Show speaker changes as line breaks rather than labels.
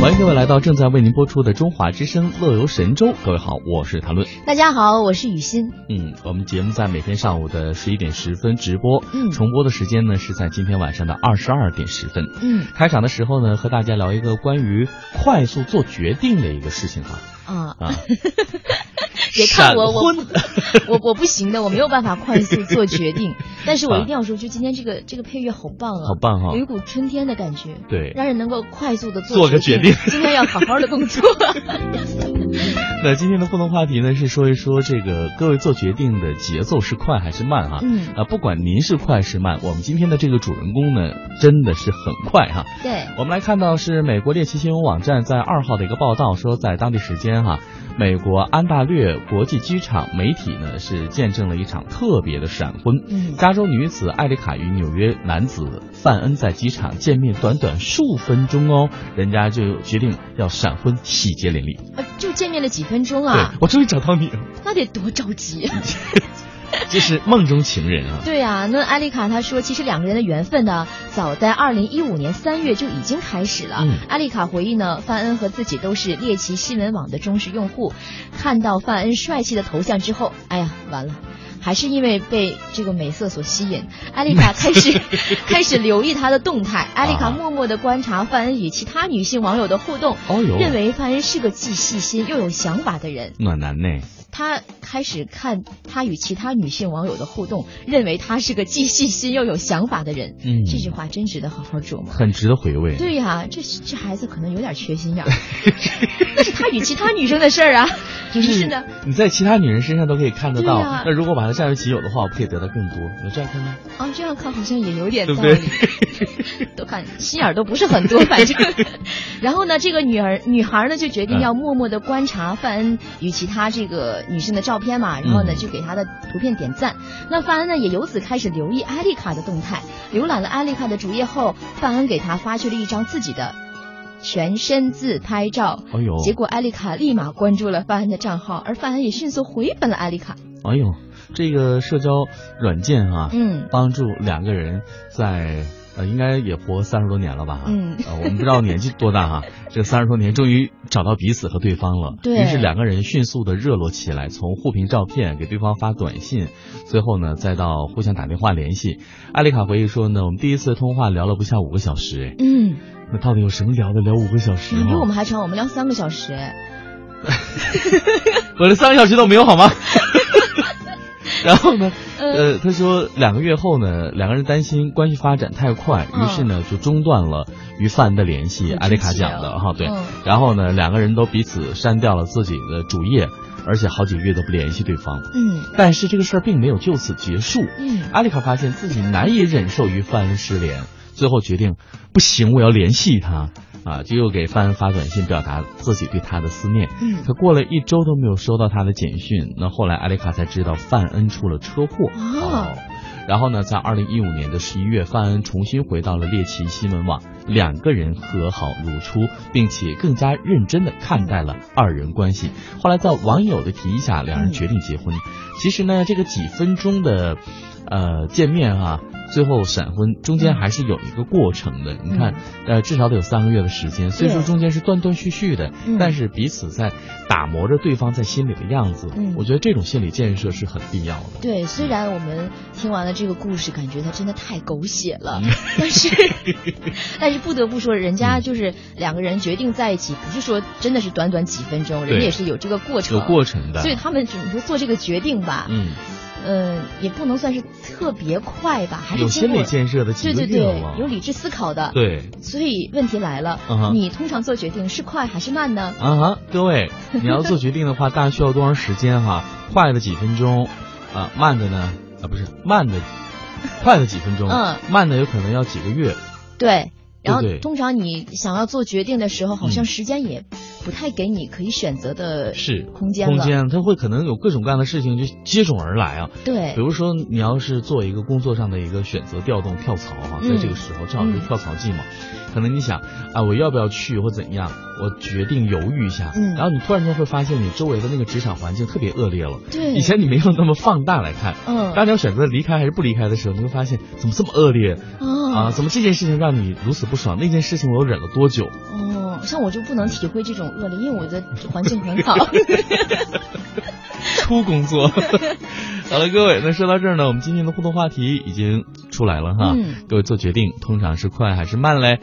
欢迎各位来到正在为您播出的《中华之声·乐游神州》，各位好，我是谭论。
大家好，我是雨欣。
嗯，我们节目在每天上午的十一点十分直播，
嗯
重播的时间呢是在今天晚上的二十二点十分。
嗯
开场的时候呢，和大家聊一个关于快速做决定的一个事情哈
啊，
啊，
别看我
闪
我
婚
我我不行的，我没有办法快速做决 定，但是我
啊
一定要说，就今天这个这个配乐好棒啊，
好棒哈、
有一股春天的感觉，
对，
让人能够快速的
做个
决
决定
今天要好好的 工作。
那今天的互动话题呢是说一说这个各位做决定的节奏是快还是慢哈、啊？
嗯，
不管您是快是慢，我们今天的这个主人公呢，真的是很快哈、
对，
我们来看到是美国猎奇新闻网站在二号的一个报道，说在当地时间哈、美国安大略国际机场媒体呢是见证了一场特别的闪婚。
嗯
加州女子艾丽卡与纽约男子范恩在机场见面，短短数分钟哦，人家就决定要闪婚，喜结连理。
呃就见面了几分钟
对
啊，
我终于找到你了，
那得多着急。
这是梦中情人 啊！
对啊，那艾丽卡她说，其实两个人的缘分呢，早在二零一五年三月就已经开始了。
嗯
艾丽卡回忆呢，范恩和自己都是猎奇新闻网的忠实用户，看到范恩帅气的头像之后，哎呀，完了。还是因为被这个美色所吸引，艾丽卡开始开始留意他的动态。艾丽卡
啊
默默地观察范恩与其他女性网友的互动，
哦哟，
认为范恩是个既细心又有想法的人。
暖男呢？
他开始看他与其他女性网友的互动，认为他是个既细心又有想法的人。
嗯，
这句话真值得好好琢磨。
很值得回味。
对呀、这这孩子可能有点缺心 眼儿，那是他与其他女生的事儿啊。
就是
于是呢，
嗯你在其他女人身上都可以看得到。
对啊呀
那如果把它占为己有的话，我们可以得到更多。有这样看吗？
啊，这样看好像也有点
对
道
不
理，
对
都看心眼儿都不是很多，反正。然后呢，这个女儿女孩呢就决定
嗯
要默默的观察范恩与其他这个女生的照片嘛，然后呢
嗯
就给她的图片点赞。那范恩呢也由此开始留意艾丽卡的动态，浏览了艾丽卡的主页后，范恩给她发去了一张自己的全身自拍照。
哎呦，
结果艾丽卡立马关注了范恩的账号，而范恩也迅速回本了艾丽卡。
哎呦，这个社交软件啊，
嗯，
帮助两个人在呃，应该也活三十多年了吧？
嗯
呃，我们不知道年纪多 大哈、这三十多年终于找到彼此和对方了。
对
于是两个人迅速的热络起来，从互评照片给对方发短信，最后呢，再到互相打电话联系。艾丽卡回忆说呢，我们第一次通话聊了不下五个小时，哎
嗯，
那到底有什么聊的聊五个小时、
你
啊？
嗯比我们还长，我们聊三个小时哎。
我连三个小时都没有好 吗？然后呢，呃，他说两个月后呢，两个人担心关系发展太快，
嗯
于是呢就中断了与范恩的联系。
很
艾丽卡
直接
讲的哈，对
嗯。
然后呢，两个人都彼此删掉了自己的主页，而且好几个月都不联系对方。
嗯
但是这个事儿并没有就此结束。
嗯，
艾丽卡发现自己难以忍受与范恩失联，最后决定不行，我要联系他啊，就又给范恩发短信表达自己对他的思念。
嗯
可过了一周都没有收到他的简讯，那后来艾丽卡才知道范恩出了车祸。
哦
哦然后呢，在二零一五年的十一月，范恩重新回到了猎奇新闻网，两个人和好如初，并且更加认真的看待了二人关系。后来在网友的提议下，两人决定结婚。其实呢，这个几分钟的，呃，见面啊，最后闪婚，中间还是有一个过程的。你看，呃，至少得有三个月的时间，虽说
对
中间是断断续续的，
嗯
但是彼此在打磨着对方在心里的样子。
嗯
我觉得这种心理建设是很必要的。
对，虽然我们听完了这个故事，感觉它真的太狗血了，
嗯
但是但是不得不说，人家就是两个人决定在一起，不是说真的是短短几分钟，人
对
家也是有这个过程，
有过程的。
所以他们只能说做这个决定吧，
嗯，
嗯、也不能算是特别快吧，还是
有
经
心
过
理建设的几个
对对
月
对
了，，
有理智思考的，
对
所以问题来了
嗯哼
你通常做决定是快还是慢呢？
啊哈，各位，你要做决定的 话，大概需要多长时间哈？快的几分钟，啊，慢的呢？啊，不是慢的，快的几分钟，
嗯，
慢的有可能要几个月，
对，然后
对对
通常你想要做决定的时候，好
嗯
像时间也不太给你可以选择的
是
空间
空
了。
间它会可能有各种各样的事情就接踵而来啊。
对
比，如说，你要是做一个工作上的一个选择调动跳槽哈、
嗯
在这个时候正好是跳槽季嘛，可能你想啊，我要不要去或怎样，我决定犹豫一下，
嗯
然后你突然间会发现你周围的那个职场环境特别恶劣了，
对，
以前你没有那么放大来看。
嗯
当你要选择离开还是不离开的时候，你会发现怎么这么恶劣
哦
啊？怎么这件事情让你如此不爽？那件事情我又忍了多久？
哦，像我就不能体会这种恶劣，因为我的环境很好。
出工作。好了，各位，那说到这儿呢，我们今天的互动话题已经出来了哈。
嗯
各位做决定，通常是快还是慢嘞？